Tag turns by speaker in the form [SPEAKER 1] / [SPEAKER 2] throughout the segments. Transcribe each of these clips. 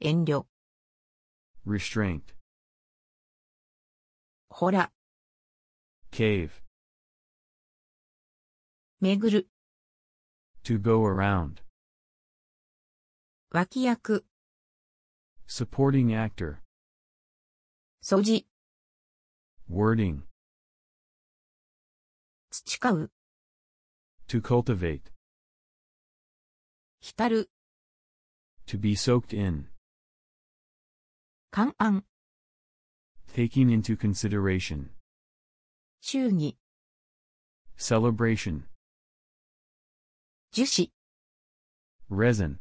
[SPEAKER 1] 遠慮。
[SPEAKER 2] restraint,
[SPEAKER 1] ほら、
[SPEAKER 2] cave,
[SPEAKER 1] 巡る、
[SPEAKER 2] to go around,
[SPEAKER 1] 脇役、
[SPEAKER 2] supporting actor,
[SPEAKER 1] 素地、
[SPEAKER 2] wording,
[SPEAKER 1] 培う、
[SPEAKER 2] to cultivate,
[SPEAKER 1] 浸る、
[SPEAKER 2] to be soaked in,
[SPEAKER 1] 勘案、
[SPEAKER 2] taking into consideration,
[SPEAKER 1] 祝儀、
[SPEAKER 2] celebration,
[SPEAKER 1] 樹脂、
[SPEAKER 2] resin,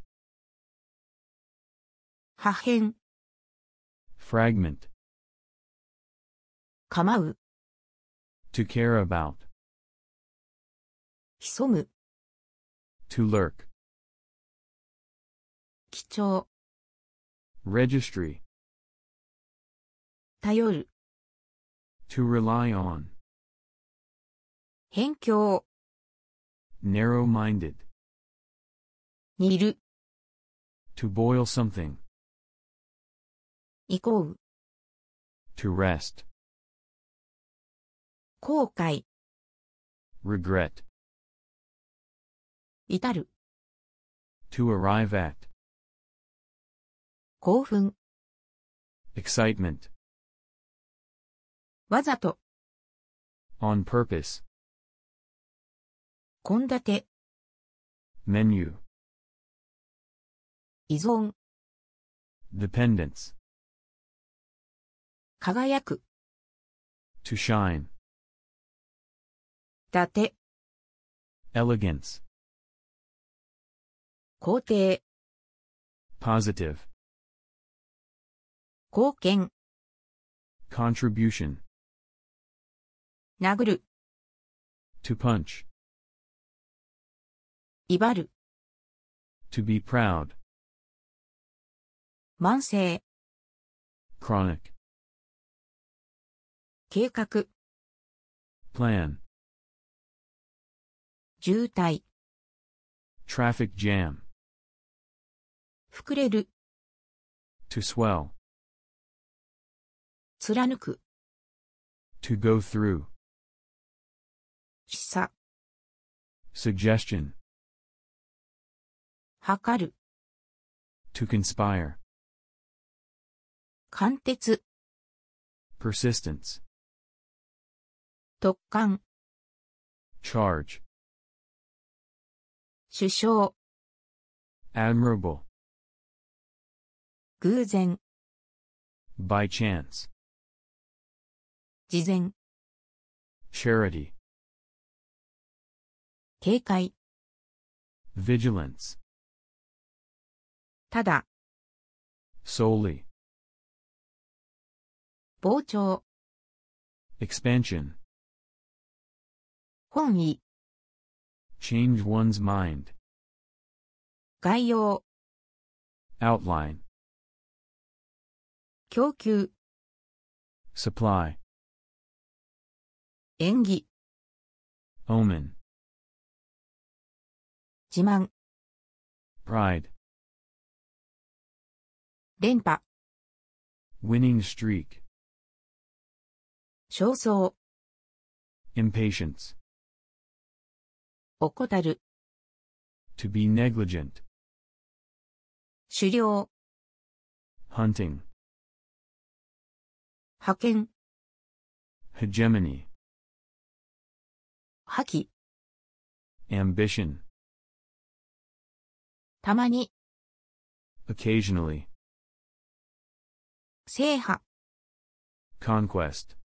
[SPEAKER 1] 破片、
[SPEAKER 2] fragment,
[SPEAKER 1] 構う、
[SPEAKER 2] to care about,
[SPEAKER 1] 潜む、
[SPEAKER 2] to lurk,
[SPEAKER 1] 貴重、
[SPEAKER 2] registry,
[SPEAKER 1] 頼る、
[SPEAKER 2] to rely on,
[SPEAKER 1] 辺境、
[SPEAKER 2] narrow minded,
[SPEAKER 1] 煮る、
[SPEAKER 2] to boil something,
[SPEAKER 1] 移行、
[SPEAKER 2] to rest,
[SPEAKER 1] 後悔、
[SPEAKER 2] regret,
[SPEAKER 1] 至る、
[SPEAKER 2] to arrive at,
[SPEAKER 1] 興奮、
[SPEAKER 2] excitement,
[SPEAKER 1] わざと、
[SPEAKER 2] on purpose,
[SPEAKER 1] 献立、
[SPEAKER 2] menu,
[SPEAKER 1] 依存、
[SPEAKER 2] dependence,
[SPEAKER 1] 輝く、
[SPEAKER 2] to shine,
[SPEAKER 1] 伊達、
[SPEAKER 2] elegance,
[SPEAKER 1] 皇帝、
[SPEAKER 2] positive,
[SPEAKER 1] 貢献、
[SPEAKER 2] contribution,
[SPEAKER 1] 殴る、
[SPEAKER 2] to punch,
[SPEAKER 1] 威張る、
[SPEAKER 2] to be proud,
[SPEAKER 1] 慢性、
[SPEAKER 2] chronic,
[SPEAKER 1] 計画、
[SPEAKER 2] plan,
[SPEAKER 1] 渋滞、
[SPEAKER 2] traffic jam,
[SPEAKER 1] 膨れる、
[SPEAKER 2] to swell,
[SPEAKER 1] 貫く、
[SPEAKER 2] to go through,
[SPEAKER 1] 示唆、
[SPEAKER 2] suggestion,
[SPEAKER 1] 測る、
[SPEAKER 2] to conspire,
[SPEAKER 1] 貫徹、
[SPEAKER 2] persistence,
[SPEAKER 1] 突貫、
[SPEAKER 2] charge,
[SPEAKER 1] 首相、
[SPEAKER 2] admirable,
[SPEAKER 1] 偶然、
[SPEAKER 2] by chance,
[SPEAKER 1] 事前、
[SPEAKER 2] charity,
[SPEAKER 1] 警戒、
[SPEAKER 2] vigilance,
[SPEAKER 1] ただ、
[SPEAKER 2] solely,
[SPEAKER 1] 膨張、
[SPEAKER 2] expansion,
[SPEAKER 1] 本意、
[SPEAKER 2] change one's mind,
[SPEAKER 1] 概要、
[SPEAKER 2] outline,
[SPEAKER 1] 供給、
[SPEAKER 2] supply,
[SPEAKER 1] 演技、
[SPEAKER 2] omen,
[SPEAKER 1] 自慢、
[SPEAKER 2] pride,
[SPEAKER 1] 連覇、
[SPEAKER 2] winning streak,
[SPEAKER 1] 焦燥、
[SPEAKER 2] impatience,
[SPEAKER 1] 怠る、
[SPEAKER 2] to be negligent,
[SPEAKER 1] 狩猟、
[SPEAKER 2] hunting,
[SPEAKER 1] 派遣、
[SPEAKER 2] hegemony,
[SPEAKER 1] 破棄、
[SPEAKER 2] ambition,
[SPEAKER 1] たまに、
[SPEAKER 2] occasionally,
[SPEAKER 1] 制覇、
[SPEAKER 2] conquest,